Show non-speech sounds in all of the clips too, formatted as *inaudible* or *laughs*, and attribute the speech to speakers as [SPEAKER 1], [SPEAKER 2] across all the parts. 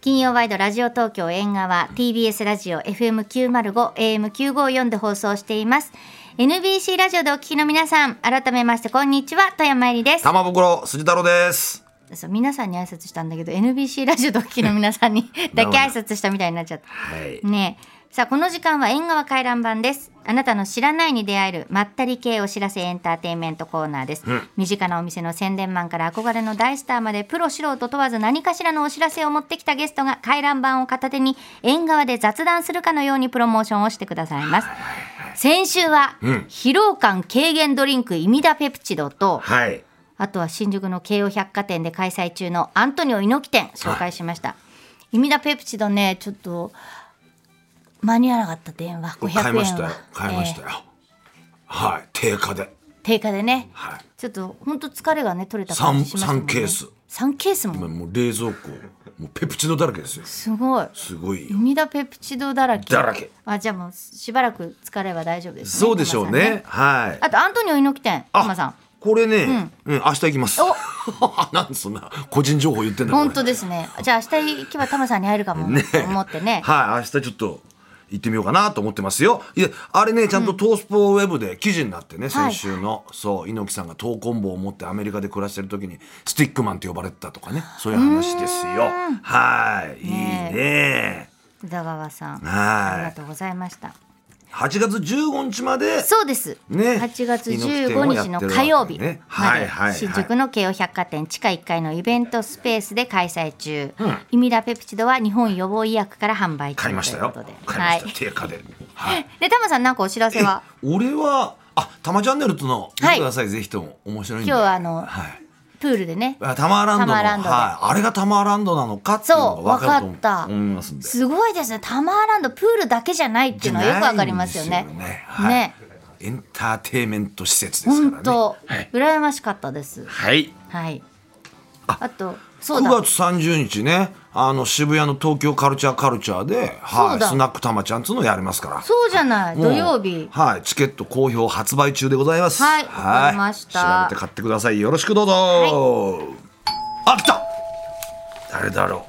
[SPEAKER 1] 金曜ワイドラジオ東京縁側 TBS ラジオ FM905 AM954 で放送しています NBC ラジオでお聞きの皆さん改めましてこんにちは富山えりです
[SPEAKER 2] 玉袋筋太郎です。
[SPEAKER 1] そう皆さんに挨拶したんだけど NBC ラジオでお聞きの皆さんに *laughs* だけ挨拶したみたいになっちゃった
[SPEAKER 2] はい。
[SPEAKER 1] ねえさあこの時間は縁側回覧版ですあなたの知らないに出会えるまったり系お知らせエンターテインメントコーナーです、身近なお店の宣伝マンから憧れの大スターまでプロ素人問わず何かしらのお知らせを持ってきたゲストが回覧版を片手に縁側で雑談するかのようにプロモーションをしてくださいます先週は、疲労感軽減ドリンクイミダペプチドと、
[SPEAKER 2] はい。
[SPEAKER 1] あとは新宿の京王百貨店で開催中のアントニオ猪木店紹介しました。イミダペプチドねちょっと間に合わなかった電話500円は
[SPEAKER 2] 買いましたよ。買いましたよ。はい。定価で。
[SPEAKER 1] えー定価でね
[SPEAKER 2] はい。
[SPEAKER 1] ちょっと本当疲れがね取れた感じしますもんね
[SPEAKER 2] 三三ケース
[SPEAKER 1] 3ケースも
[SPEAKER 2] 今もう冷蔵庫、もうペプチドだらけですよ。
[SPEAKER 1] すごい
[SPEAKER 2] すごい
[SPEAKER 1] イ
[SPEAKER 2] よ。
[SPEAKER 1] ミダペプチドだらけ
[SPEAKER 2] だらけ
[SPEAKER 1] あじゃあもうしばらく疲れは大丈夫ですね
[SPEAKER 2] そうでしょう
[SPEAKER 1] 熊さん
[SPEAKER 2] ね。はい。
[SPEAKER 1] あとアントニオ猪木店
[SPEAKER 2] あ
[SPEAKER 1] 熊さん
[SPEAKER 2] これね、うん、明日行きます。 *laughs* なんでそんな個人情報言ってんだ。
[SPEAKER 1] 本当
[SPEAKER 2] で。
[SPEAKER 1] ですねじゃあ明日行けばタマさんに会えるかも
[SPEAKER 2] ね
[SPEAKER 1] と思ってね
[SPEAKER 2] *laughs* はい。明日ちょっと。行ってみようかなと思ってますよ。いや、あれね、ちゃんとトースポウェブで記事になってね、先週の、そう、猪木さんが闘魂棒を持ってアメリカで暮らしてる時に、スティックマンって呼ばれてたとかね、そういう話ですよ。はい。いいね。
[SPEAKER 1] 宇田川さんありが
[SPEAKER 2] は
[SPEAKER 1] とうございました
[SPEAKER 2] い。8月15日まで、
[SPEAKER 1] そうです。
[SPEAKER 2] ね
[SPEAKER 1] 8月
[SPEAKER 2] 猪木展をや
[SPEAKER 1] 15日
[SPEAKER 2] ってる
[SPEAKER 1] の
[SPEAKER 2] わけ
[SPEAKER 1] 火曜日
[SPEAKER 2] ね
[SPEAKER 1] ま
[SPEAKER 2] はいはいは
[SPEAKER 1] で
[SPEAKER 2] い
[SPEAKER 1] 新宿の京王百貨店地下1階のイベントスペースで開催中。
[SPEAKER 2] ん
[SPEAKER 1] イミラペプチドは日本予防医薬から販売中とい
[SPEAKER 2] 買いうま
[SPEAKER 1] こ
[SPEAKER 2] した
[SPEAKER 1] と
[SPEAKER 2] よ
[SPEAKER 1] で。。
[SPEAKER 2] 買いま
[SPEAKER 1] は
[SPEAKER 2] した。定価で。はい。
[SPEAKER 1] *laughs* でタマさんなんかお知らせは
[SPEAKER 2] 俺は、あ、たまチャンネルとの、見
[SPEAKER 1] はい
[SPEAKER 2] てください、ぜひとも、面白いんで。
[SPEAKER 1] 今日はあの
[SPEAKER 2] はい。
[SPEAKER 1] プールでね。
[SPEAKER 2] あタマーランドの
[SPEAKER 1] タマーランドで
[SPEAKER 2] はい、あれがタマーランドなのかっていうのが分かると
[SPEAKER 1] そ
[SPEAKER 2] 思
[SPEAKER 1] う分かった
[SPEAKER 2] 思いますんです
[SPEAKER 1] ごいですね。タマーランドプールだけじゃないっていうのはよくわかりますよね
[SPEAKER 2] じゃないん。ですよねはい
[SPEAKER 1] ね
[SPEAKER 2] エンターテイメント施設ですから
[SPEAKER 1] 本
[SPEAKER 2] ね
[SPEAKER 1] 当
[SPEAKER 2] はい、
[SPEAKER 1] 羨ましかったです。
[SPEAKER 2] はい、
[SPEAKER 1] はい。
[SPEAKER 2] あ
[SPEAKER 1] あとそう
[SPEAKER 2] 9
[SPEAKER 1] だ。
[SPEAKER 2] 月30日ねあの渋谷の東京カルチャーカルチャーで、
[SPEAKER 1] そ
[SPEAKER 2] は
[SPEAKER 1] う
[SPEAKER 2] い、
[SPEAKER 1] だ
[SPEAKER 2] スナックたまちゃんっつうのやりますから
[SPEAKER 1] そうじゃない。
[SPEAKER 2] も
[SPEAKER 1] 土
[SPEAKER 2] う
[SPEAKER 1] 曜日。
[SPEAKER 2] はいチケット好評発売中でございます
[SPEAKER 1] はいわかりました
[SPEAKER 2] 調べて買ってくださいよろしくどうぞ、あ来た誰だろ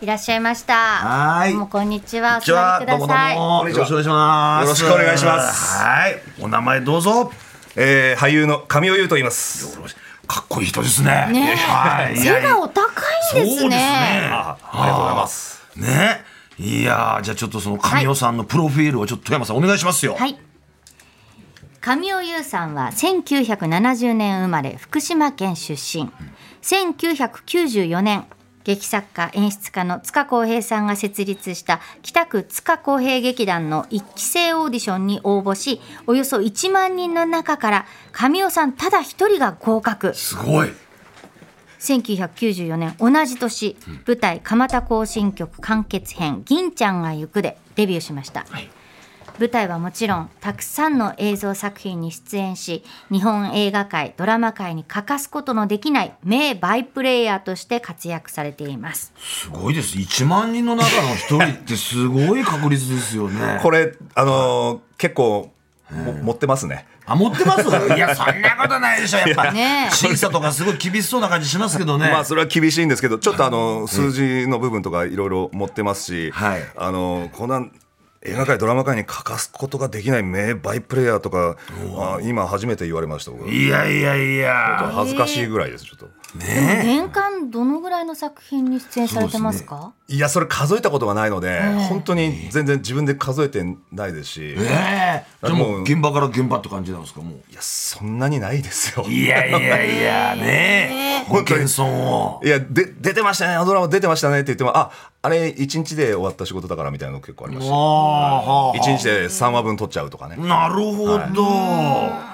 [SPEAKER 2] う
[SPEAKER 1] いらっしゃいました。
[SPEAKER 2] はーい
[SPEAKER 1] どうもこんにちは。お
[SPEAKER 2] じゃあ
[SPEAKER 1] 座りく
[SPEAKER 2] ど
[SPEAKER 1] だ
[SPEAKER 2] うもど。
[SPEAKER 1] さいう
[SPEAKER 2] もよろしくお願いします
[SPEAKER 3] よろしくお願いします
[SPEAKER 2] はいお名前どうぞ
[SPEAKER 3] えー、俳優の神尾優と言います。
[SPEAKER 2] かっこいい人ですね
[SPEAKER 1] ねえ
[SPEAKER 2] はいいや
[SPEAKER 1] 背がお高いです
[SPEAKER 2] そうです
[SPEAKER 1] ね。
[SPEAKER 2] ね
[SPEAKER 3] あありがとうございます。
[SPEAKER 2] ねいやーじゃあちょっとその神尾さんのプロフィールをちょっと富山さんお願いしますよ、
[SPEAKER 1] はい。神尾優さんは1970年生まれ福島県出身。1994年劇作家演出家の塚浩平さんが設立した北区塚浩平劇団の一期生オーディションに応募しおよそ1万人の中から神尾さんただ一人が合格
[SPEAKER 2] すごい
[SPEAKER 1] 1994年同じ年、舞台「蒲田行進曲完結編銀ちゃんが行く」でデビューしました、
[SPEAKER 2] はい
[SPEAKER 1] 舞台はもちろんたくさんの映像作品に出演し日本映画界ドラマ界に欠かすことのできない名バイプレイヤーとして活躍されています
[SPEAKER 2] すごいです1万人の中の一人ってすごい確率ですよね
[SPEAKER 3] これ、あのー結構、も持ってますね。
[SPEAKER 2] あ持ってますいやそんなことないでしょやっぱ、
[SPEAKER 1] ねえ
[SPEAKER 2] 審査とかすごい厳しそうな感じしますけどね、
[SPEAKER 3] まあ、それは厳しいんですけど、ちょっとあのー数字の部分とかいろいろ持ってますし、
[SPEAKER 2] はい
[SPEAKER 3] あのーこんな、映画界、ドラマ界に欠かすことができない名バイプレイヤーとか、あ今初めて言われました、僕
[SPEAKER 2] いやいやいや
[SPEAKER 3] 恥ずかしいぐらいです、ちょっと。
[SPEAKER 1] 年間どのぐらいの作品に出演されてますか
[SPEAKER 3] いや、それ数えたことがないので、本当に全然自分で数えてないですし、
[SPEAKER 2] ええじゃあも
[SPEAKER 3] も
[SPEAKER 2] う
[SPEAKER 3] う
[SPEAKER 2] 現場から現場って感じなんですかもう
[SPEAKER 3] いや、そんなにないですよ。
[SPEAKER 2] いやいやいやねえ、ご謙遜を。
[SPEAKER 3] いやで出てましたねあのドラマ出てましたねって言ってもああれ一日で終わった仕事だからみたいなの結構ありました
[SPEAKER 2] あ
[SPEAKER 3] 一日で3話分取っちゃうとかね
[SPEAKER 2] あ、なるほど。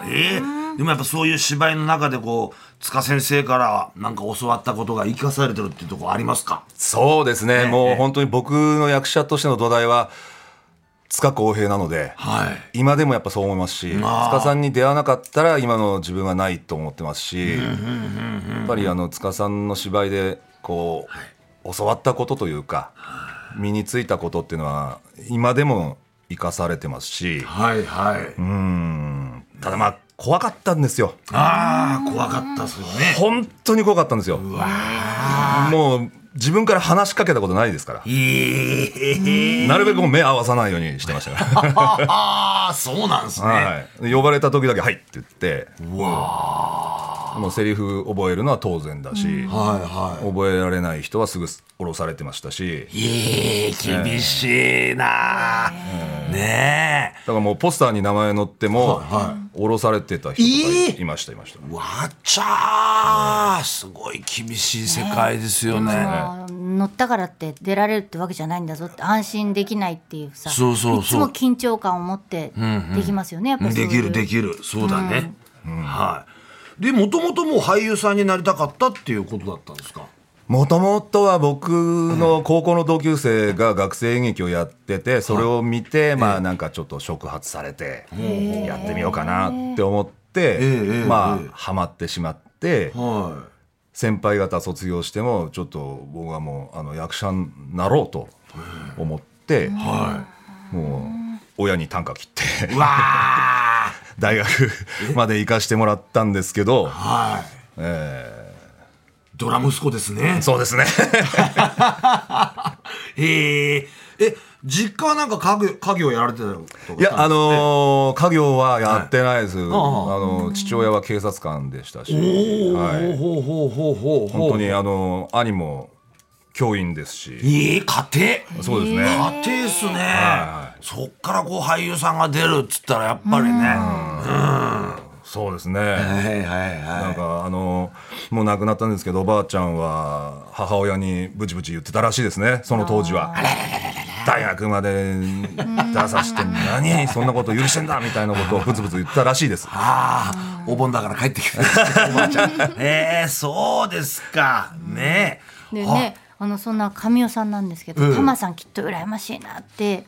[SPEAKER 2] えーでもやっぱそういう芝居の中でこう塚先生からなんか教わったことが生かされてるっていうところありますか
[SPEAKER 3] そうですね、もう本当に僕の役者としての土台は塚公平なので、
[SPEAKER 2] はい
[SPEAKER 3] 今でもやっぱそう思いますし
[SPEAKER 2] まあ
[SPEAKER 3] 塚さんに出会わなかったら今の自分はないと思ってますしやっぱりあの塚さんの芝居でこう教わったことというか身についたことっていうのは今でも生かされてますし
[SPEAKER 2] はいはい、
[SPEAKER 3] うんただまあ怖かったんですよ
[SPEAKER 2] ああ怖かったっすよね
[SPEAKER 3] 本当に怖かったんですよもう自分から話しかけたことないですから
[SPEAKER 2] ええ
[SPEAKER 3] なるべくもう目合わさないようにしてましたから
[SPEAKER 2] ああそうなんですね、
[SPEAKER 3] はい、呼ばれた時だけ「はい」って言って
[SPEAKER 2] うわ
[SPEAKER 3] もうセリフ覚えるのは当然だし、
[SPEAKER 2] ーはいはい
[SPEAKER 3] 覚えられない人はすぐ降ろされてましたし
[SPEAKER 2] ええ厳しいなーね
[SPEAKER 3] だからもうポスターに名前載っても、降ろされてた人
[SPEAKER 2] え
[SPEAKER 3] と
[SPEAKER 2] ー
[SPEAKER 3] かいましたいました、
[SPEAKER 2] えわっちゃーすごい厳しい世界ですよね
[SPEAKER 1] あー乗ったからって出られるってわけじゃないんだぞって安心できないっていうさ
[SPEAKER 2] そうそうそう
[SPEAKER 1] つも緊張感を持ってできますよね、やっぱ
[SPEAKER 2] で
[SPEAKER 1] り
[SPEAKER 2] きるで
[SPEAKER 1] き
[SPEAKER 2] きるそうだね、はいでもともともう俳優さんになりたかったっていうことだったんですか
[SPEAKER 3] もともとは僕の高校の同級生が学生演劇をやっててそれを見てまあなんかちょっと触発されてやってみようかなって思って
[SPEAKER 2] ええ
[SPEAKER 3] ま
[SPEAKER 2] ええ
[SPEAKER 3] あハマってしまって
[SPEAKER 2] は
[SPEAKER 3] 先輩方卒業してもちょっと僕はもうあの役者になろうと思って
[SPEAKER 2] いは
[SPEAKER 3] もう親に短歌切っ
[SPEAKER 2] い
[SPEAKER 3] て *laughs*
[SPEAKER 2] うわ
[SPEAKER 3] 大学まで行かしてもらったんですけど
[SPEAKER 2] ーはいドラ息子ですね
[SPEAKER 3] そうですね
[SPEAKER 2] へええ実家はなんか家業家業やられてたとか
[SPEAKER 3] いやあのー家業はやってないです、あ
[SPEAKER 2] あ
[SPEAKER 3] の父親は警察官でしたし、
[SPEAKER 2] おお、
[SPEAKER 3] はい、
[SPEAKER 2] ほうほうほうほうほう
[SPEAKER 3] 本当にあの兄も教員ですし
[SPEAKER 2] ええ家庭
[SPEAKER 3] そうですね
[SPEAKER 2] 家庭っすね、
[SPEAKER 3] は
[SPEAKER 2] そっからこう俳優さんが出るっつったらやっぱりね
[SPEAKER 3] そうですね、
[SPEAKER 2] はいはいは
[SPEAKER 3] なんかあのもう亡くなったんですけどおばあちゃんは母親にブチブチ言ってたらしいですねその当時は大学まで出さして何そんなこと許してんだみたいなことをブツブツ言ってたらしいです
[SPEAKER 2] ああ、お盆だから帰ってきてる *laughs* おばあちゃん。ええそうですか。ねえ。
[SPEAKER 1] でねあのそんな神尾さんなんですけど、
[SPEAKER 2] ええ
[SPEAKER 1] タマさんきっと羨ましいなって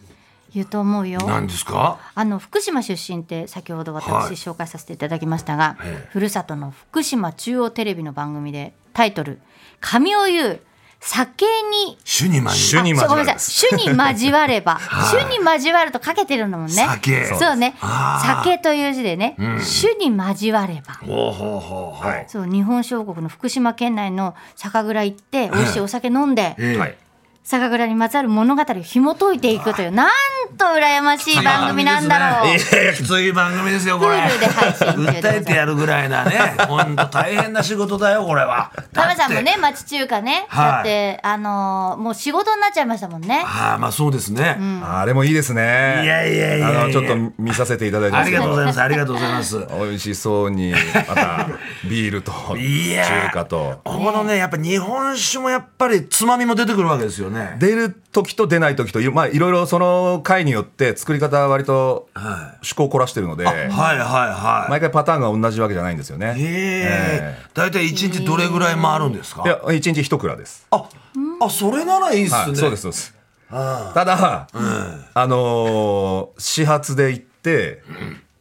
[SPEAKER 1] 言うと思うよ
[SPEAKER 2] あ何ですか
[SPEAKER 1] あの福島出身って先ほど私
[SPEAKER 2] はい
[SPEAKER 1] 紹介させていただきましたが、
[SPEAKER 2] ええ
[SPEAKER 1] ふるさとの福島中央テレビの番組でタイトル「神尾優酒に」
[SPEAKER 2] 主にまに。
[SPEAKER 3] 主に
[SPEAKER 1] あそう
[SPEAKER 3] 交
[SPEAKER 1] ご
[SPEAKER 3] わ
[SPEAKER 1] めん
[SPEAKER 3] る
[SPEAKER 1] なさ
[SPEAKER 3] で
[SPEAKER 1] い
[SPEAKER 3] す
[SPEAKER 1] 主に交われば、
[SPEAKER 2] *laughs*
[SPEAKER 1] 主に交わるとかけてるのもんね
[SPEAKER 2] 酒
[SPEAKER 1] そうね
[SPEAKER 2] あー
[SPEAKER 1] 酒という字でね、主に交われば
[SPEAKER 2] ほうほうほうほう。
[SPEAKER 3] はい
[SPEAKER 1] そう日本小国の福島県内の酒蔵行って美味しいお酒飲んで、
[SPEAKER 2] ええ
[SPEAKER 3] はい
[SPEAKER 1] 酒蔵にまつわる物語を紐解いていくというなんと羨ましい番組なんだろう。
[SPEAKER 2] *laughs* いやいやきつい番組ですよ、これ。
[SPEAKER 1] Hulu で配信中でございます
[SPEAKER 2] 訴えてやるぐらいな
[SPEAKER 1] *laughs*
[SPEAKER 2] ね。本当大変な仕事だよ、これは。
[SPEAKER 1] タメさんも
[SPEAKER 2] だって。
[SPEAKER 1] ね町中華ね、
[SPEAKER 2] はい
[SPEAKER 1] だってあのーもう仕事になっちゃいましたもんね。
[SPEAKER 2] ああ、まあそうですね。
[SPEAKER 3] あれもいいですねい
[SPEAKER 2] やいやいやいや
[SPEAKER 3] あのちょっと見させていただいて
[SPEAKER 2] あ
[SPEAKER 3] ます
[SPEAKER 2] り
[SPEAKER 3] け
[SPEAKER 2] がとうござ
[SPEAKER 3] ど
[SPEAKER 2] います。ありがとうござい *laughs* ます。
[SPEAKER 3] 美味しそうにまたビールと
[SPEAKER 2] *laughs* いやー
[SPEAKER 3] 中華と
[SPEAKER 2] ここのね、やっぱ日本酒もやっぱりつまみも出てくるわけですよね。
[SPEAKER 3] 出る時と出ない時というまあいろいろその回によって作り方は割と
[SPEAKER 2] は
[SPEAKER 3] 趣向を凝らしてるので、
[SPEAKER 2] いはいはいはい。
[SPEAKER 3] 毎回パターンが同じわけじゃないんですよね。
[SPEAKER 2] ええ大体一日どれぐらい回るんですか
[SPEAKER 3] いや一日一蔵です。
[SPEAKER 2] あ、あ、それならいいっすね。
[SPEAKER 3] はい、そうですそうです。ただ、あのー始発で行って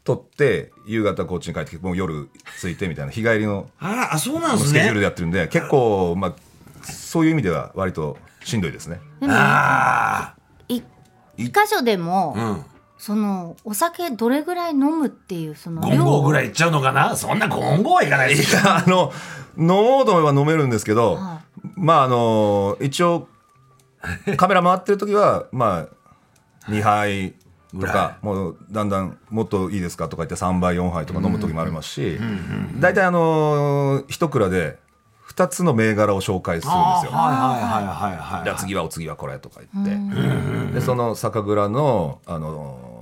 [SPEAKER 3] 取って夕方こっちに帰ってきてもう夜着いてみたいな日帰りの
[SPEAKER 2] ああ、そうなんです
[SPEAKER 3] スケジュールで
[SPEAKER 2] ね。
[SPEAKER 3] やってるんで、結構まあそういう意味では割としんどいですね。
[SPEAKER 2] ああ、
[SPEAKER 1] い一箇所でも、そのお酒どれぐらい飲むっていうその
[SPEAKER 2] ゴンゴーぐら
[SPEAKER 1] い
[SPEAKER 2] いいっちゃうのかなそんなゴンゴーはいかないですよ。
[SPEAKER 3] あの飲もうと思えば飲めるんですけど、まああの一応カメラ回ってる時は *laughs* まあ2杯とかもうだんだんもっといいですかとか言って3杯4杯とか飲む時もありますし大体あの一蔵で2つの銘柄を紹介するんですよ。
[SPEAKER 2] はいはいはいはい
[SPEAKER 3] じゃあ次はお次はこれとか言ってでその酒蔵のあの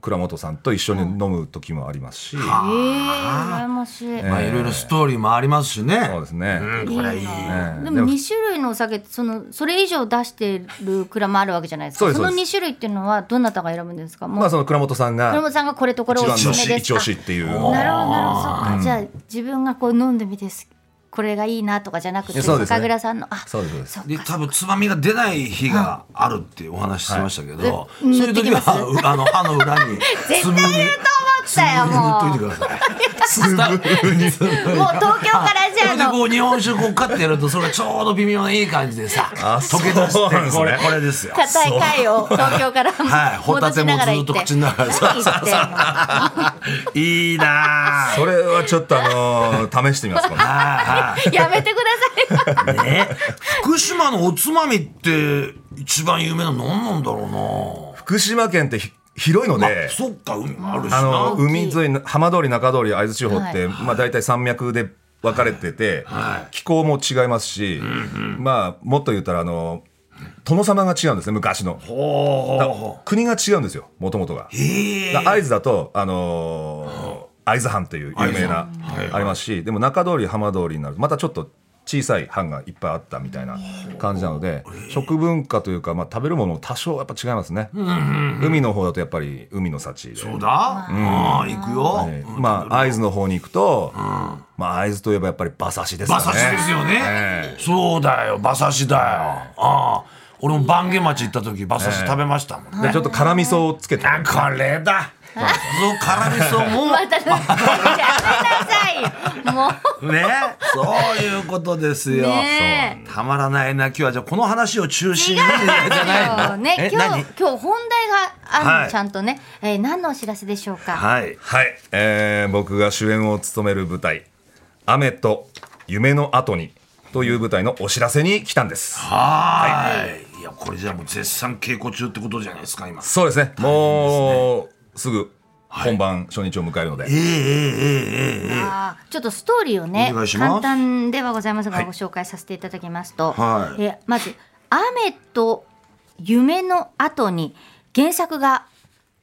[SPEAKER 3] 倉本さんと一緒に飲む時もありますし、
[SPEAKER 1] えー、羨ましい、
[SPEAKER 3] え
[SPEAKER 2] まあいろいろストーリーもありますしね。
[SPEAKER 3] そうですね、
[SPEAKER 2] うんこれはいい。
[SPEAKER 3] ええ
[SPEAKER 1] で
[SPEAKER 3] で
[SPEAKER 1] も
[SPEAKER 3] も
[SPEAKER 1] 二種類のお酒そのそれ以上出してる蔵もあるわけじゃないですか。
[SPEAKER 3] そう
[SPEAKER 1] そ
[SPEAKER 3] ですそう
[SPEAKER 1] の
[SPEAKER 3] です
[SPEAKER 1] 二種類っていうのはどなたが選ぶんですか。もう、
[SPEAKER 3] まあその倉本さん
[SPEAKER 1] 倉
[SPEAKER 3] が
[SPEAKER 1] 本さんがこれとこれ
[SPEAKER 3] 一
[SPEAKER 1] お
[SPEAKER 3] 番
[SPEAKER 1] す
[SPEAKER 3] の
[SPEAKER 1] すめです。
[SPEAKER 3] 一押しっていう
[SPEAKER 1] あなるほどなるほど。そっか、じゃあ自分がこう飲んでみてすこれがいいなとかじゃなくて、
[SPEAKER 3] そうですね
[SPEAKER 1] 酒蔵さんのあ
[SPEAKER 3] そうですそうです
[SPEAKER 1] そっ
[SPEAKER 2] で
[SPEAKER 1] か
[SPEAKER 2] 多分つまみが出ない日があるってお話ししてましたけど、そう
[SPEAKER 1] い
[SPEAKER 2] いう *laughs* 時は
[SPEAKER 1] 塗
[SPEAKER 2] ああの歯の裏につぶに
[SPEAKER 1] 絶対いると思ったよ
[SPEAKER 2] 塗っといてください。つぶにつぶに
[SPEAKER 1] もう東京からじゃあ
[SPEAKER 2] それで
[SPEAKER 1] あの
[SPEAKER 2] *laughs* こう日本酒こうカッてやるとそれがちょうど微妙ないい感じでさ
[SPEAKER 3] あ
[SPEAKER 2] 溶け出し
[SPEAKER 3] そうなん
[SPEAKER 2] て
[SPEAKER 3] です
[SPEAKER 2] こ
[SPEAKER 3] ね
[SPEAKER 2] れこれですよ。
[SPEAKER 1] 硬い貝を東京から
[SPEAKER 2] *laughs* はいホ
[SPEAKER 1] 戻
[SPEAKER 2] タテ
[SPEAKER 1] し
[SPEAKER 2] も
[SPEAKER 1] ながら
[SPEAKER 2] ず
[SPEAKER 1] 行
[SPEAKER 2] っ
[SPEAKER 1] って。
[SPEAKER 2] と口の中でさ
[SPEAKER 1] 何言ってんの
[SPEAKER 2] いいなぁ。
[SPEAKER 3] それはちょっとあのー試してみますかね
[SPEAKER 1] *laughs*
[SPEAKER 2] は
[SPEAKER 1] やめてください。
[SPEAKER 2] いはいね福島のおつまみって一番有名なの何なんだろうな
[SPEAKER 3] *laughs* 福島県ってひ広いので、
[SPEAKER 2] あそっか海もあるし
[SPEAKER 3] あ
[SPEAKER 2] な
[SPEAKER 3] の海沿いの浜通り中通り会津地方って、
[SPEAKER 1] は
[SPEAKER 3] まあ大体山脈で分かれてて、気候も違いますし、まあもっと言ったらあの殿様が違うんですね昔の
[SPEAKER 2] ほうほうほう
[SPEAKER 3] 国が違うんですよもともとが。
[SPEAKER 2] へえ
[SPEAKER 3] だ会津だとあのー会津藩という有名
[SPEAKER 2] 会津
[SPEAKER 3] な
[SPEAKER 2] 藩はい
[SPEAKER 3] ありますしでも中通り浜通りになるとまたちょっと小さい藩がいっぱいあったみたいな感じなので食文化というか、まあ、食べるものも多少やっぱ違いますね海の方だとやっぱり海の幸で
[SPEAKER 2] そうだうん行くよ
[SPEAKER 3] えーまあ会津の方に行くと、まあ会津といえばやっぱり馬刺しですか
[SPEAKER 2] 馬
[SPEAKER 3] ね
[SPEAKER 2] 刺しですよね
[SPEAKER 3] え
[SPEAKER 2] そうだよ馬刺しだよああ俺も番下町行った時馬刺し食べましたもん
[SPEAKER 3] で
[SPEAKER 2] ね
[SPEAKER 3] ちょっと辛味噌をつけて
[SPEAKER 2] あこれだそう辛味噌も
[SPEAKER 1] またやめなさいよ。もう。
[SPEAKER 2] *laughs* ねそういうことですよ
[SPEAKER 1] ね
[SPEAKER 2] そうたまらないな今日はじゃあこの話を中心に
[SPEAKER 1] 違
[SPEAKER 2] じゃ
[SPEAKER 1] う
[SPEAKER 2] なんい
[SPEAKER 1] ですよね、
[SPEAKER 2] え
[SPEAKER 1] 今
[SPEAKER 2] 何
[SPEAKER 1] 日、今日本題があるの、
[SPEAKER 2] はい
[SPEAKER 1] ちゃんとね、えー、何のお知らせでしょうか。
[SPEAKER 2] はい
[SPEAKER 3] はい、えー僕が主演を務める舞台「雨と夢の後に」という舞台のお知らせに来たんです
[SPEAKER 2] はーいいやこれじゃあもう絶賛稽古中ってことじゃないですか今
[SPEAKER 3] そうですねもうすぐ本番初日を迎えるので、
[SPEAKER 2] ええええええええ
[SPEAKER 1] あーちょっとストーリーをね
[SPEAKER 2] お願いします
[SPEAKER 1] 簡単ではございますがご紹介させていただきますと、
[SPEAKER 2] はい
[SPEAKER 1] えーまず「雨と夢の後に」原作が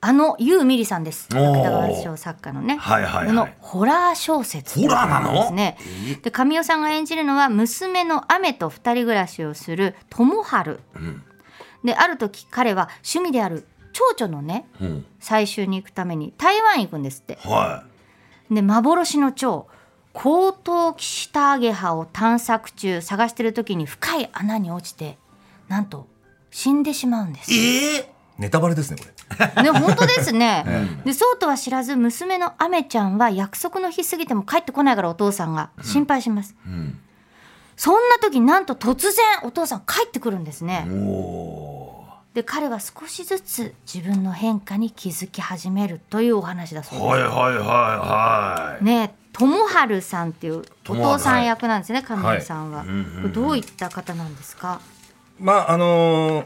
[SPEAKER 1] あのユーミリさんです
[SPEAKER 2] おー
[SPEAKER 1] 芥川賞作家のね、
[SPEAKER 2] はいはいはい
[SPEAKER 1] このホラー小説
[SPEAKER 2] ホラーなの
[SPEAKER 1] ですねで神尾さんが演じるのは娘の雨と二人暮らしをする友春、である時彼は趣味である蝶々のね、
[SPEAKER 2] うん
[SPEAKER 1] 採集に行くために台湾へ行くんですって
[SPEAKER 2] は
[SPEAKER 1] で幻の蝶コウトウキシタアゲハを探索中探してる時に深い穴に落ちてなんと死んでしまうんです。
[SPEAKER 2] いええ
[SPEAKER 3] ネタバレですねこれ
[SPEAKER 1] ね本当です *laughs* ね。でそうとは知らず娘のアメちゃんは約束の日過ぎても帰ってこないからお父さんが心配します。そんな時なんと突然お父さん帰ってくるんですね。で彼は少しずつ自分の変化に気づき始めるというお話だそうです。
[SPEAKER 2] はいはいはいはい
[SPEAKER 1] ね友春さんっていうお
[SPEAKER 2] 友春
[SPEAKER 1] 父さん役なんですね神谷さんは、これどういった方なんですか、
[SPEAKER 3] まああのー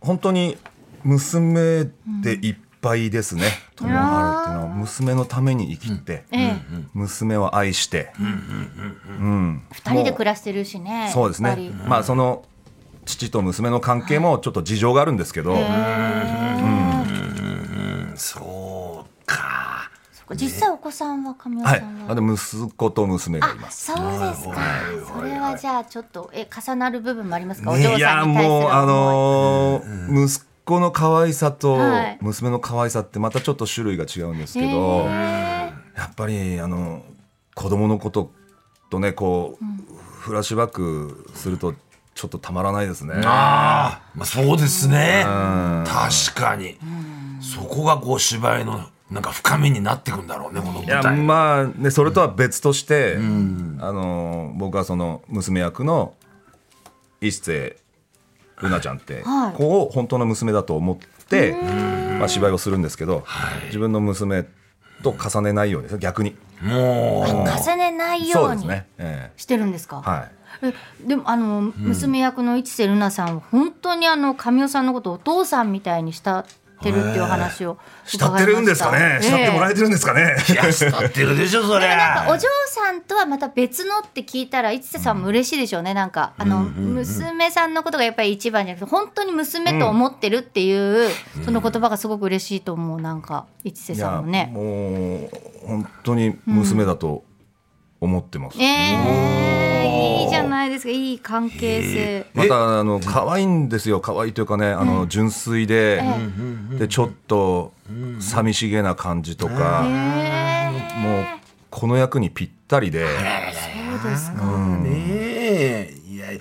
[SPEAKER 3] 本当に娘でいっぱい *laughs* ですね、友春っていうのは娘のために生きて、
[SPEAKER 1] ええ
[SPEAKER 3] 娘を愛して、
[SPEAKER 1] 二人で暮らしてるしね
[SPEAKER 3] そうです
[SPEAKER 1] やっぱり
[SPEAKER 3] ね、まあその父と娘の関係もちょっと事情があるんですけど、
[SPEAKER 2] そうか
[SPEAKER 1] そっか実際お子さんは神谷
[SPEAKER 3] は
[SPEAKER 1] さ
[SPEAKER 3] い
[SPEAKER 1] んは、
[SPEAKER 3] あで息子と娘がい
[SPEAKER 1] あ
[SPEAKER 3] ま
[SPEAKER 1] そ
[SPEAKER 3] す
[SPEAKER 1] うですかそれはじゃあちょっとえ重なる部分もありますか、
[SPEAKER 3] い
[SPEAKER 1] お嬢さ
[SPEAKER 3] や
[SPEAKER 1] んに対する思い
[SPEAKER 3] もうあのー息子の可愛さと
[SPEAKER 1] はい
[SPEAKER 3] 娘の可愛さってまたちょっと種類が違うんですけ
[SPEAKER 1] へ
[SPEAKER 3] ど、
[SPEAKER 1] ー
[SPEAKER 3] やっぱりあの子供のこととねこう、フラッシュバックするとちょっとたまらないですね。
[SPEAKER 2] ああまあそうですね確かにそこがこう芝居のなんか深みになってくんだろうねこの舞
[SPEAKER 3] いや
[SPEAKER 2] 台
[SPEAKER 3] まあねそれとは別として、あの僕はその娘役の一世うなちゃんって
[SPEAKER 1] はい
[SPEAKER 3] 子を本当の娘だと思って、まあ、芝居をするんですけど、自分の娘と重ねないようにですね逆に
[SPEAKER 2] も
[SPEAKER 1] 重ねないよ
[SPEAKER 3] そう
[SPEAKER 1] う
[SPEAKER 3] です
[SPEAKER 1] に
[SPEAKER 3] ね、え
[SPEAKER 1] してるんですか
[SPEAKER 3] えはい
[SPEAKER 1] えでもあの、娘役の一瀬ルナさんは本当にあの神尾さんのことをお父さんみたいにしたってるっていうお話を
[SPEAKER 3] 慕ってるんですかね慕ってもらえ
[SPEAKER 1] て
[SPEAKER 3] てるんですかね、
[SPEAKER 2] いや慕ってるでしょそれ
[SPEAKER 1] なんかお嬢さんとはまた別のって聞いたら一瀬さんも嬉しいでしょうねなんかあの、娘さんのことがやっぱり一番じゃなくて本当に娘と思ってるっていう、その言葉がすごく嬉しいと思うなんか一瀬
[SPEAKER 3] い
[SPEAKER 1] さ
[SPEAKER 3] や
[SPEAKER 1] んもね。
[SPEAKER 3] もう本当に娘だと思ってます、
[SPEAKER 1] えー、いいじゃないですかいい関係性。
[SPEAKER 3] またあの可愛いんですよ可愛いというかねあの純粋で、でちょっと寂しげな感じとか、もうこの役にぴったりで、
[SPEAKER 1] そうですか
[SPEAKER 2] ねえいやえ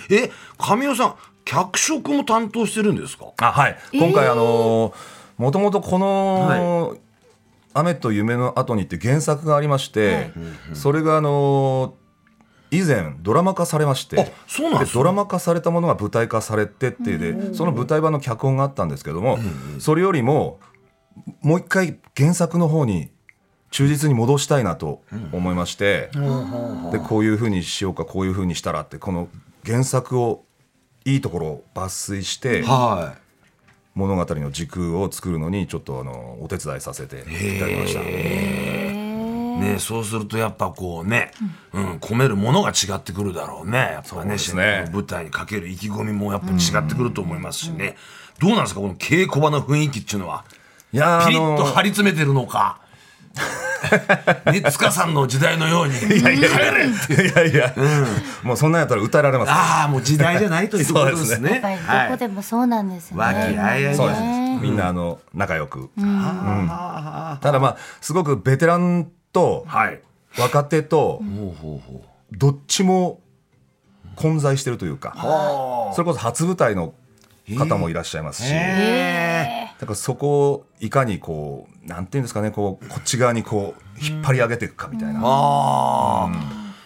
[SPEAKER 2] 神尾さん脚色も担当してるんですか
[SPEAKER 3] あはい今回あのもともとこの「雨と夢の後に」って原作がありまして、それがあの以前ドラマ化されまして
[SPEAKER 2] あそうなんですか
[SPEAKER 3] ドラマ化されたものが舞台化されてっていうでその舞台版の脚本があったんですけども、それよりももう一回原作の方に忠実に戻したいなと思いまして、でこういうふうにしようかこういうふうにしたらってこの原作をいいところを抜粋して、
[SPEAKER 2] は
[SPEAKER 3] 物語の時空を作るのにちょっとあのお手伝いさせていただきました、
[SPEAKER 2] いねえそうするとやっぱこうね、うん込めるものが違ってくるだろうねやっぱね
[SPEAKER 3] そうですね
[SPEAKER 2] 舞台にかける意気込みもやっぱ違ってくると思いますしね、どうなんですかこの稽古場の雰囲気っていうのはい
[SPEAKER 3] やー
[SPEAKER 2] ピリッと
[SPEAKER 3] あの
[SPEAKER 2] 張り詰めてるの
[SPEAKER 3] *laughs*
[SPEAKER 2] かねつかさんの時代のように帰れ
[SPEAKER 3] い *laughs* やいや、もうそんなんやったら歌えられます
[SPEAKER 2] ああもう時代じゃないということですね
[SPEAKER 1] やっぱりどこでもそうなんですね。
[SPEAKER 2] 和気あいあい
[SPEAKER 3] そうです、みんなあの仲良く、うんただまあすごくベテランと
[SPEAKER 2] はい
[SPEAKER 3] 若手
[SPEAKER 2] ほ
[SPEAKER 3] と
[SPEAKER 2] うほうほう
[SPEAKER 3] どっちも混在してるというかそれこそ初舞台の方もいらっしゃいますし、だからそこをいかにこうなんていうんですかねこうこっち側にこう引っ張り上げていくかみたいな、
[SPEAKER 2] ああ、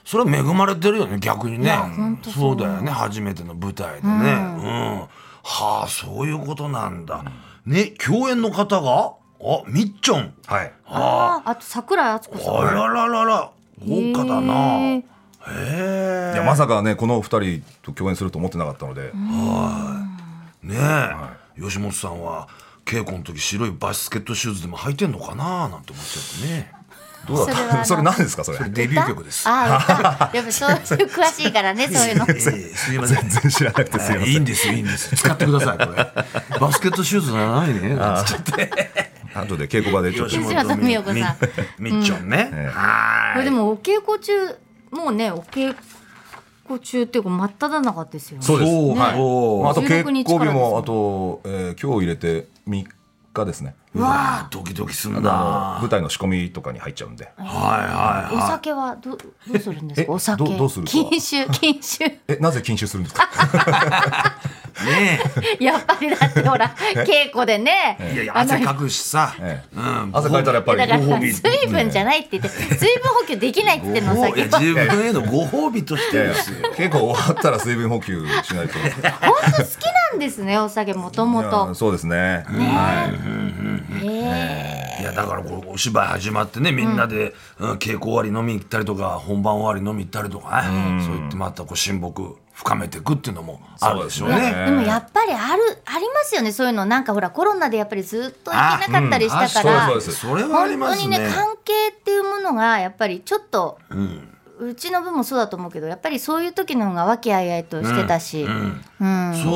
[SPEAKER 2] それは恵まれてるよね逆にね
[SPEAKER 1] ほんと
[SPEAKER 2] そ
[SPEAKER 1] そう
[SPEAKER 2] だよね初めての舞台でね、うんはあそういうことなんだ、ね共演の方があみっちょん
[SPEAKER 3] はい
[SPEAKER 1] ああと桜井敦子さん。
[SPEAKER 2] あらららら豪華だな
[SPEAKER 1] へ
[SPEAKER 2] へ
[SPEAKER 1] ー
[SPEAKER 2] え
[SPEAKER 3] いやまさかねこのお二人と共演すると思ってなかったので、
[SPEAKER 2] ねえ、吉本さんは稽古の時白いバスケットシューズでも履いてんのかななんて思っちゃってね
[SPEAKER 3] どうだ
[SPEAKER 1] それ
[SPEAKER 3] っ
[SPEAKER 1] はあ
[SPEAKER 3] た
[SPEAKER 1] の
[SPEAKER 3] *laughs* それ何ですかそれ
[SPEAKER 2] デビュー曲です
[SPEAKER 1] ああ、やっぱそういう詳しい
[SPEAKER 3] *laughs*
[SPEAKER 1] からね、そういうの。
[SPEAKER 2] ええすいません
[SPEAKER 3] 全然知らなくてすいま
[SPEAKER 2] い
[SPEAKER 3] せ
[SPEAKER 2] いん
[SPEAKER 3] ん
[SPEAKER 2] ですよいいんです使ってくださいこれバスケットシューズじゃないねなんつって
[SPEAKER 3] 後で稽古場でちょっと
[SPEAKER 1] 吉本美代子さん
[SPEAKER 2] みみっちょんね、は
[SPEAKER 1] こ
[SPEAKER 2] ー
[SPEAKER 1] れ
[SPEAKER 2] い
[SPEAKER 1] でもお稽古中、もうね、お稽古中っていうか、真っ只中ですよね。
[SPEAKER 3] そうです
[SPEAKER 2] そう
[SPEAKER 3] はい
[SPEAKER 2] そう
[SPEAKER 3] まあ、あと稽
[SPEAKER 1] 16
[SPEAKER 3] 古
[SPEAKER 1] 日
[SPEAKER 3] 日
[SPEAKER 1] からですもん
[SPEAKER 3] もあと、えー今日入れて3日ですね
[SPEAKER 2] うわードキドキすんだは
[SPEAKER 3] 舞台の仕込みとかに入っちゃうんで
[SPEAKER 2] いはい
[SPEAKER 1] お
[SPEAKER 2] は
[SPEAKER 1] 酒はどどうするんです
[SPEAKER 3] え
[SPEAKER 1] か。お酒。
[SPEAKER 3] どどうするか
[SPEAKER 1] 禁酒、禁酒。
[SPEAKER 3] えなぜ禁酒するんです *laughs* か
[SPEAKER 2] いね
[SPEAKER 1] やっぱりだってほ
[SPEAKER 3] *laughs*
[SPEAKER 1] ら、稽古でね。
[SPEAKER 2] えいやいや汗かくしさ、
[SPEAKER 3] ええ
[SPEAKER 2] うん
[SPEAKER 3] 汗かいたらやっぱり
[SPEAKER 1] だから
[SPEAKER 3] ご褒美
[SPEAKER 1] 水分じゃないって言って、水分補給できないって言ってるの、
[SPEAKER 2] ご
[SPEAKER 1] お
[SPEAKER 2] 褒美い
[SPEAKER 1] 酒
[SPEAKER 2] や自分へのご褒美とし
[SPEAKER 3] い
[SPEAKER 2] て
[SPEAKER 3] やい
[SPEAKER 2] で
[SPEAKER 3] や
[SPEAKER 2] すよ
[SPEAKER 3] 稽古終わったら水分補給しないとい
[SPEAKER 1] 本当好きなんですね、お酒もとも
[SPEAKER 3] や
[SPEAKER 1] と。
[SPEAKER 3] そうですねはい
[SPEAKER 2] いやだからこれお芝居始まってねみんなで、うん稽古終わり飲みに行ったりとか本番終わり飲みに行ったりとかね、そう言ってまたこう親睦深めていくっていうのもあるでしょう
[SPEAKER 3] そう
[SPEAKER 2] ね
[SPEAKER 3] ですね
[SPEAKER 1] でもやっぱりあるありますよねそういうのなんかほらコロナでやっぱりずっと行けなかったりした
[SPEAKER 2] あ
[SPEAKER 1] から、
[SPEAKER 3] うんあそうです
[SPEAKER 2] それはあり
[SPEAKER 1] 本
[SPEAKER 2] ま
[SPEAKER 1] 当
[SPEAKER 2] す
[SPEAKER 1] に
[SPEAKER 2] ね
[SPEAKER 1] ね関係っていうものがやっぱりちょっと、うちの部もそうだと思うけどやっぱりそういう時の方が和気あいあいとしてたし、
[SPEAKER 2] そ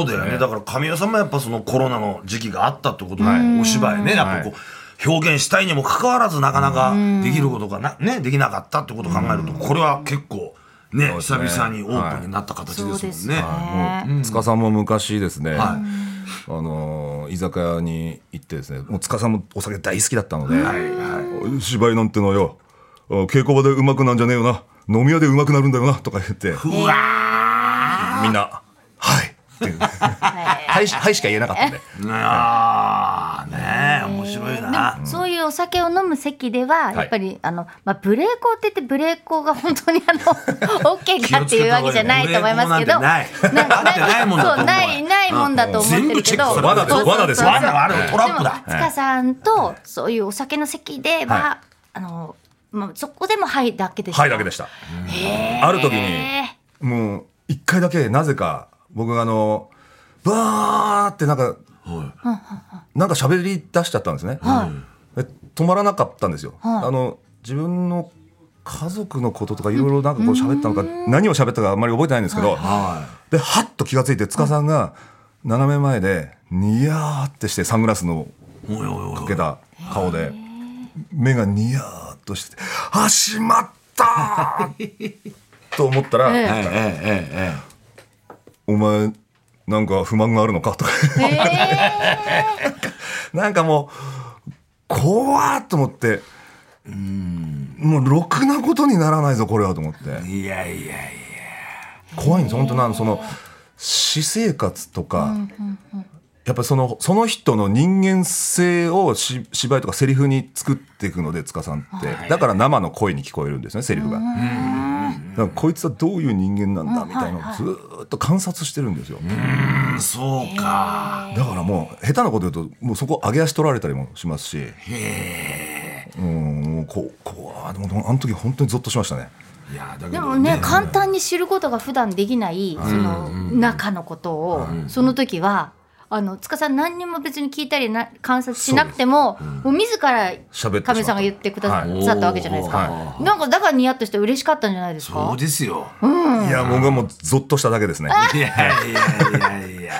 [SPEAKER 2] うだよねだから神谷さんもやっぱそのコロナの時期があったってことで、お芝居ねやっぱこう、表現したいにもかかわらずなかなかできることがな、ね、できなかったってことを考えるとこれは結構ね
[SPEAKER 3] そ
[SPEAKER 2] 久
[SPEAKER 3] うですね
[SPEAKER 2] 々にオープンになった形
[SPEAKER 1] そう
[SPEAKER 2] で
[SPEAKER 1] ですす
[SPEAKER 2] もん
[SPEAKER 1] ね
[SPEAKER 2] ね。
[SPEAKER 3] もう塚さんも昔ですね、
[SPEAKER 2] は
[SPEAKER 3] あのー居酒屋に行ってですねもう塚さんもお酒大好きだったので、芝居なんてのはよあ稽古場でうまくなんじゃねえよな飲み屋でうまくなるんだよなとか言って
[SPEAKER 2] うわ
[SPEAKER 3] みんな「 *laughs* はい」っていう「はい」しはいしか言えなかったんで
[SPEAKER 2] ーなあねえ面白いな。
[SPEAKER 1] そういうお酒を飲む席では、
[SPEAKER 3] い
[SPEAKER 1] やっぱりあの、まあ、ブレーコーって言ってブレーコーが本当に
[SPEAKER 2] *laughs*
[SPEAKER 1] あの OK かっていうわけじゃないと思いますけど
[SPEAKER 2] 気をつけた方がいいよね
[SPEAKER 1] なんか
[SPEAKER 2] ブレーコーなんてないなってないもんだと思う
[SPEAKER 1] そうないないもんだと思ってるけど
[SPEAKER 2] 全部チェックする
[SPEAKER 3] 罠です
[SPEAKER 1] そうそうそう
[SPEAKER 3] 罠です
[SPEAKER 1] そう
[SPEAKER 2] 罠罠
[SPEAKER 1] でも
[SPEAKER 2] トラップだ
[SPEAKER 1] 塚さんとそういうお酒の席では、
[SPEAKER 3] は
[SPEAKER 1] あのまあ、そこでも「はい」だけでした
[SPEAKER 3] はいだけでした。ある時にもう一回だけなぜか僕があのバーってなんかなんか喋り出しちゃったんですね、
[SPEAKER 1] は
[SPEAKER 3] で止まらなかったんですよ、
[SPEAKER 1] はい
[SPEAKER 3] あの自分の家族のこととかいろいろなんかこう喋ったのか何を喋ったかあんまり覚えてないんですけど、
[SPEAKER 2] は
[SPEAKER 3] でハッと気がついて塚さんが斜め前でニヤーってしてサングラスの
[SPEAKER 2] い。おいおい
[SPEAKER 3] か
[SPEAKER 2] おい。
[SPEAKER 3] けた顔で目がニヤーっとしてて「あしまった!」と思ったら「
[SPEAKER 1] え
[SPEAKER 2] えええええ
[SPEAKER 3] お前なんか不満があるのか?」とかなんかもう怖っと思ってもうろくなことにならないぞこれはと思って
[SPEAKER 2] え。いやいやいや。
[SPEAKER 3] 怖いんです本当なんその私生活とか、やっぱそのその人の人間性をし芝居とかセリフに作っていくので塚さんって、だから生の声に聞こえるんですねセリフが、だからこいつはどういう人間なんだみたいなのをずーっと観察してるんですよ、
[SPEAKER 2] そうか。
[SPEAKER 3] だからもう下手なこと言うともうそこ上げ足取られたりもしますしうんもうここうあでもあの時本当にゾッとしましたね
[SPEAKER 2] いやだけ
[SPEAKER 1] で
[SPEAKER 2] ど
[SPEAKER 1] もね簡単に知ることが普段できないその中のことをその時はあの塚さん何にも別に聞いたりな観察しなくてももう自ら
[SPEAKER 3] 喋ってしまった
[SPEAKER 1] 亀さんが言ってくださ
[SPEAKER 3] は
[SPEAKER 2] おー
[SPEAKER 1] さったわけじゃないですか
[SPEAKER 2] は
[SPEAKER 1] なんかだからニヤッとして嬉しかったんじゃないです
[SPEAKER 2] そ
[SPEAKER 1] か
[SPEAKER 2] うですよ。
[SPEAKER 3] いや僕はもうゾッとしただけですね
[SPEAKER 2] いやいやいやいや。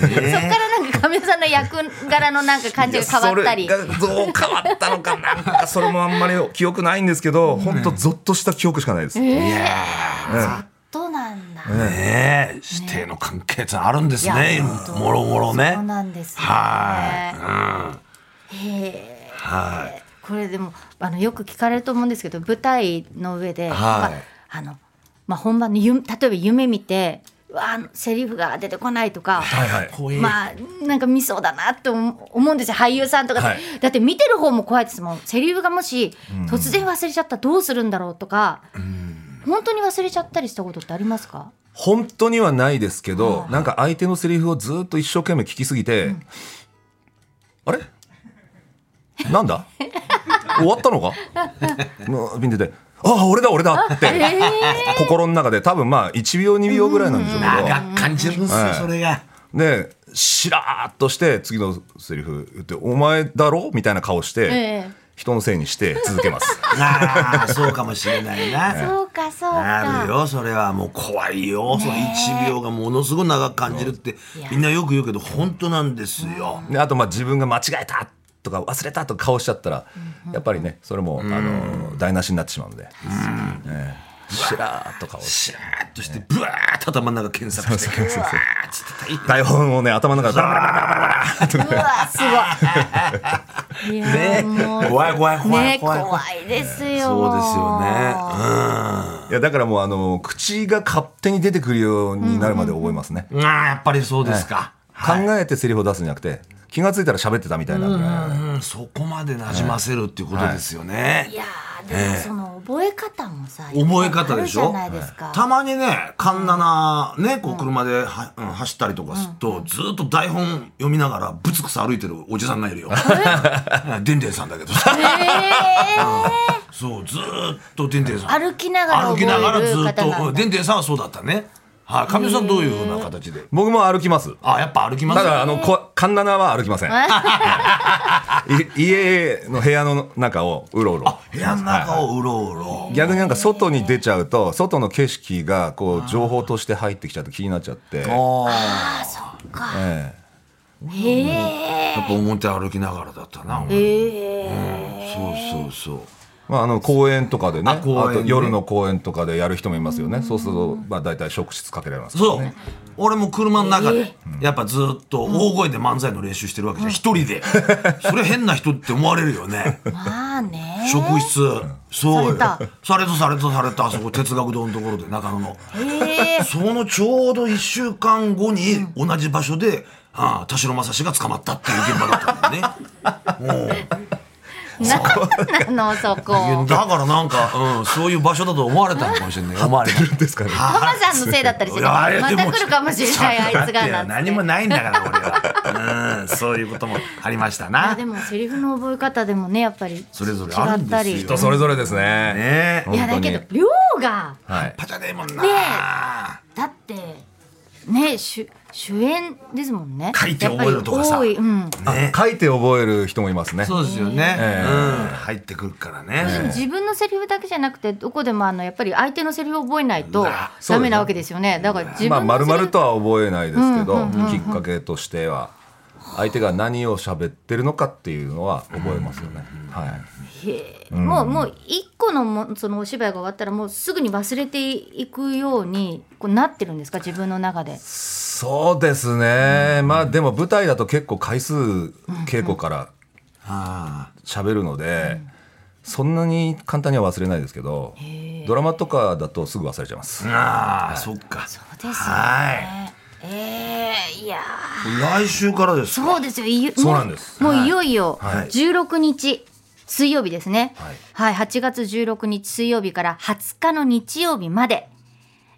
[SPEAKER 1] そっからなんか亀さんの役柄のなんか感じが変わったり
[SPEAKER 3] いやそれがどう変わったのかなんかそれもあんまり記憶ないんですけど本当ゾッとした記憶しかないです、
[SPEAKER 2] いや
[SPEAKER 1] そうなんだ
[SPEAKER 2] ーねえ指定の関係ってあるんですね。もろもろね
[SPEAKER 1] そう。なんですよね
[SPEAKER 2] はい。
[SPEAKER 1] へー
[SPEAKER 2] はい。
[SPEAKER 1] これでもあのよく聞かれると思うんですけど舞台の上で、
[SPEAKER 2] はい
[SPEAKER 1] まああのまあ、本番のゆ例えば夢見てうわあのセリフが出てこないとか。
[SPEAKER 3] はいはい
[SPEAKER 2] 怖い
[SPEAKER 1] まあなんかミそうだなって思思うんですよ俳優さんとかって、
[SPEAKER 3] はい
[SPEAKER 1] だって見てる方も怖いですもんセリフがもし突然忘れちゃったらどうするんだろうとか、本当に忘れちゃったりしたことってありますか
[SPEAKER 3] 本当にはないですけどなんか相手のセリフをずっと一生懸命聞きすぎて、あれなん *laughs* だ終わったのかもう見てて「ああ俺だ俺だ」って、心の中で多分まあ1秒2秒ぐらいなんでしょうけど、
[SPEAKER 2] 長く感じるんですよ
[SPEAKER 3] はい
[SPEAKER 2] それが。
[SPEAKER 3] でしらーっとして次のセリフ言って「お前だろ?」みたいな顔して、
[SPEAKER 1] ええ
[SPEAKER 3] 人のせいにして続けます
[SPEAKER 2] ああそうかもしれないな。
[SPEAKER 1] そうかそう
[SPEAKER 2] *laughs* ある
[SPEAKER 1] か
[SPEAKER 2] よそれはもう怖いよ、その1秒がものすごく長く感じるってみんなよく言うけど本当なんですよ、
[SPEAKER 3] であとまあ自分が間違えたとか忘れたとか顔しちゃったらやっぱりねそれもあの台無しになってしまうのでええしらーっと顔して
[SPEAKER 2] シャーッとしてブワーッと頭の中検索してブワーッつって大変
[SPEAKER 3] 台本をね頭の中でバラバラバラバラ
[SPEAKER 1] うわすごいいやーもう
[SPEAKER 2] 怖い怖い怖
[SPEAKER 1] ね
[SPEAKER 2] い怖
[SPEAKER 1] 怖
[SPEAKER 2] い怖い、
[SPEAKER 1] いですよ
[SPEAKER 2] そうですよね
[SPEAKER 3] いやだからもうあの口が勝手に出てくるようになるまで覚えますね、
[SPEAKER 2] うんああやっぱりそうですか、
[SPEAKER 3] 考えてセリフを出すんじゃなくて気が付いたら喋ってたみたいなぐらい
[SPEAKER 2] うんそこまでなじませるっていうことですよね、
[SPEAKER 1] いやーでもその覚え方もさ、
[SPEAKER 2] 覚え方でし
[SPEAKER 1] ある
[SPEAKER 2] ょ
[SPEAKER 1] じゃないですか、
[SPEAKER 2] たまにねカンナナねこう車では、うん走ったりとかすると、ずーっと台本読みながらぶつくさ歩いてるおじさんがいるよ
[SPEAKER 1] *laughs*
[SPEAKER 2] *laughs* でんでんさんだけどさ *laughs*
[SPEAKER 1] え
[SPEAKER 2] そうずーっとでんでんさん
[SPEAKER 1] ー歩きながら
[SPEAKER 2] 歩
[SPEAKER 1] 覚え
[SPEAKER 2] きながらず
[SPEAKER 1] る
[SPEAKER 2] ーっ
[SPEAKER 1] 方なん
[SPEAKER 2] と
[SPEAKER 1] だ
[SPEAKER 2] でんでんさんはそうだったねはい神尾さんどういうふうな形で
[SPEAKER 3] 僕も歩きます
[SPEAKER 2] あやっぱ歩きま
[SPEAKER 3] た
[SPEAKER 2] す
[SPEAKER 3] だあのこカンナナは歩きません *laughs* い家の部屋の中をうろうろ
[SPEAKER 2] 部屋の中をうろうろ
[SPEAKER 3] 逆になんか外に出ちゃうと外の景色がこう情報として入ってきちゃうと気になっちゃって、
[SPEAKER 2] あ
[SPEAKER 3] え
[SPEAKER 2] あやっぱ表歩きながらだったな、俺そうそうそう
[SPEAKER 3] えまあ、あの公園とかでね
[SPEAKER 2] あ公園ね
[SPEAKER 3] あと夜の公園とかでやる人もいますよね、そうすると、まあ、大体職質かけられますから
[SPEAKER 2] そう、
[SPEAKER 3] ね
[SPEAKER 2] 俺も車の中で、やっぱずっと大声で漫才の練習してるわけじゃん一人で *laughs* それ変な人って思われるよね
[SPEAKER 1] まあね
[SPEAKER 2] 職質そうよ
[SPEAKER 1] さ
[SPEAKER 2] されたされたされたあそこ哲学堂のところで中野の
[SPEAKER 1] えー
[SPEAKER 2] そのちょうど1週間後に同じ場所で、ああ田代正史が捕まったっていう現場だったんだよね *laughs*
[SPEAKER 1] なんなのそ
[SPEAKER 2] いや
[SPEAKER 1] こ
[SPEAKER 2] だからなんか、うん、そういう場所だと思われたのかもしれない思われた
[SPEAKER 3] ですかね
[SPEAKER 1] 浜さんのせいだったりして
[SPEAKER 2] いやいや
[SPEAKER 1] ま
[SPEAKER 2] で
[SPEAKER 1] た
[SPEAKER 2] も
[SPEAKER 1] 来るかもしれないあいつがなんつって
[SPEAKER 2] 何もないんだから俺は、うん、そういうこともありました
[SPEAKER 1] あ
[SPEAKER 2] な
[SPEAKER 1] でもセリフの覚え方でもねやっぱり違
[SPEAKER 2] それぞれあるん
[SPEAKER 1] った
[SPEAKER 2] ですよ
[SPEAKER 1] り
[SPEAKER 3] 人それぞれですね、
[SPEAKER 2] ね
[SPEAKER 1] いやだ
[SPEAKER 3] 本当
[SPEAKER 1] け
[SPEAKER 3] に
[SPEAKER 1] ど量が
[SPEAKER 3] はい、
[SPEAKER 2] パじゃねえもんな、
[SPEAKER 1] ねだってねしゅ主演ですもんね
[SPEAKER 2] 書いて覚えるとか
[SPEAKER 1] や
[SPEAKER 2] さ
[SPEAKER 1] っぱり多い、うん、
[SPEAKER 2] ね
[SPEAKER 3] あ書いて覚える人もいますね
[SPEAKER 2] そうですよね、
[SPEAKER 3] ええ
[SPEAKER 2] うん、入ってくるからね、
[SPEAKER 1] 自分のセリフだけじゃなくてどこでもあのやっぱり相手のセリフを覚えないと
[SPEAKER 2] うわ
[SPEAKER 1] ダメなわけですよねだから自分の
[SPEAKER 3] まあ
[SPEAKER 1] セリ
[SPEAKER 3] 丸
[SPEAKER 1] フ
[SPEAKER 3] 々とは覚えないですけど、
[SPEAKER 1] うんうんうんうん
[SPEAKER 3] きっかけとしては相手が何を喋ってるのかっていうのは覚えますよね、はい
[SPEAKER 1] へえもうもう一個のもそのお芝居が終わったらもうすぐに忘れていくようにこうなってるんですか自分の中で
[SPEAKER 3] そうですね、まあでも舞台だと結構回数稽古から
[SPEAKER 2] あ
[SPEAKER 3] 喋るので、そんなに簡単には忘れないですけどドラマとかだとすぐ忘れちゃいます、
[SPEAKER 2] あああ、そっか
[SPEAKER 1] そうですよね
[SPEAKER 2] は
[SPEAKER 1] ええいやー
[SPEAKER 2] い来週からですか
[SPEAKER 1] そうですよいよ
[SPEAKER 3] そうなんです
[SPEAKER 1] もうもういよいよ
[SPEAKER 2] はい
[SPEAKER 1] 16日水曜日ですね
[SPEAKER 3] はい
[SPEAKER 1] はい、8月16日水曜日から20日の日曜日まで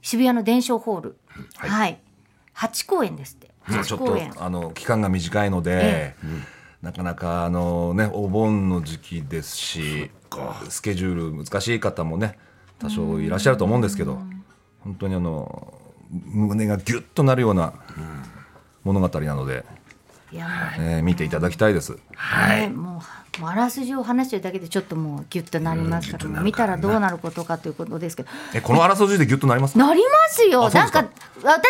[SPEAKER 1] 渋谷の伝承ホールはい、8公演ですって
[SPEAKER 3] まあちょ
[SPEAKER 1] 8
[SPEAKER 3] っ
[SPEAKER 1] 公演
[SPEAKER 3] とあの期間が短いので、なかなかあの、ね、お盆の時期ですしスケジュール難しい方もね多少いらっしゃると思うんですけど本当にあの胸がギュッとなるような物語なので、
[SPEAKER 1] いやもう
[SPEAKER 3] えー見ていただきたいです。
[SPEAKER 1] はい、もうもうあらすじを話してるだけでちょっともうギュッとなりますから,、見たらどうなることかということですけど
[SPEAKER 3] えこの争いでギュッとなりますか
[SPEAKER 1] なりますよ
[SPEAKER 3] あそう
[SPEAKER 1] なん
[SPEAKER 3] ですか
[SPEAKER 1] か私の中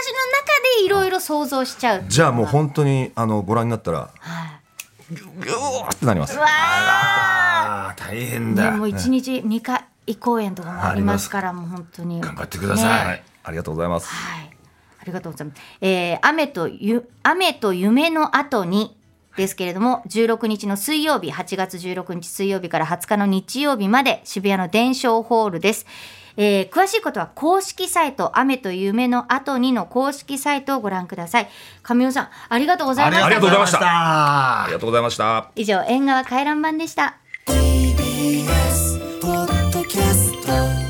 [SPEAKER 1] でいろいろ想像しちゃう
[SPEAKER 3] じゃあもう本当にあのご覧になったら
[SPEAKER 1] は
[SPEAKER 3] ギューってなります
[SPEAKER 1] い、わ
[SPEAKER 2] ああ大変
[SPEAKER 1] ーね
[SPEAKER 2] だ
[SPEAKER 1] もう1日2回公演とかもありますからもう本当に
[SPEAKER 2] 頑張ってください
[SPEAKER 1] ね
[SPEAKER 3] はいありがとうございます
[SPEAKER 1] はい、ありがとうございます。えー雨とゆ雨と夢の後にですけれども、16日の水曜日、8月16日水曜日から20日の日曜日まで渋谷の伝承ホールです。えー詳しいことは公式サイト、雨と夢の後にの公式サイトをご覧ください。神尾さん、ありがとうございました。
[SPEAKER 3] ありがとうございました
[SPEAKER 2] た
[SPEAKER 3] ありがとうございました
[SPEAKER 1] 以上、縁側回覧版でした。
[SPEAKER 4] TBS ポッドキャスト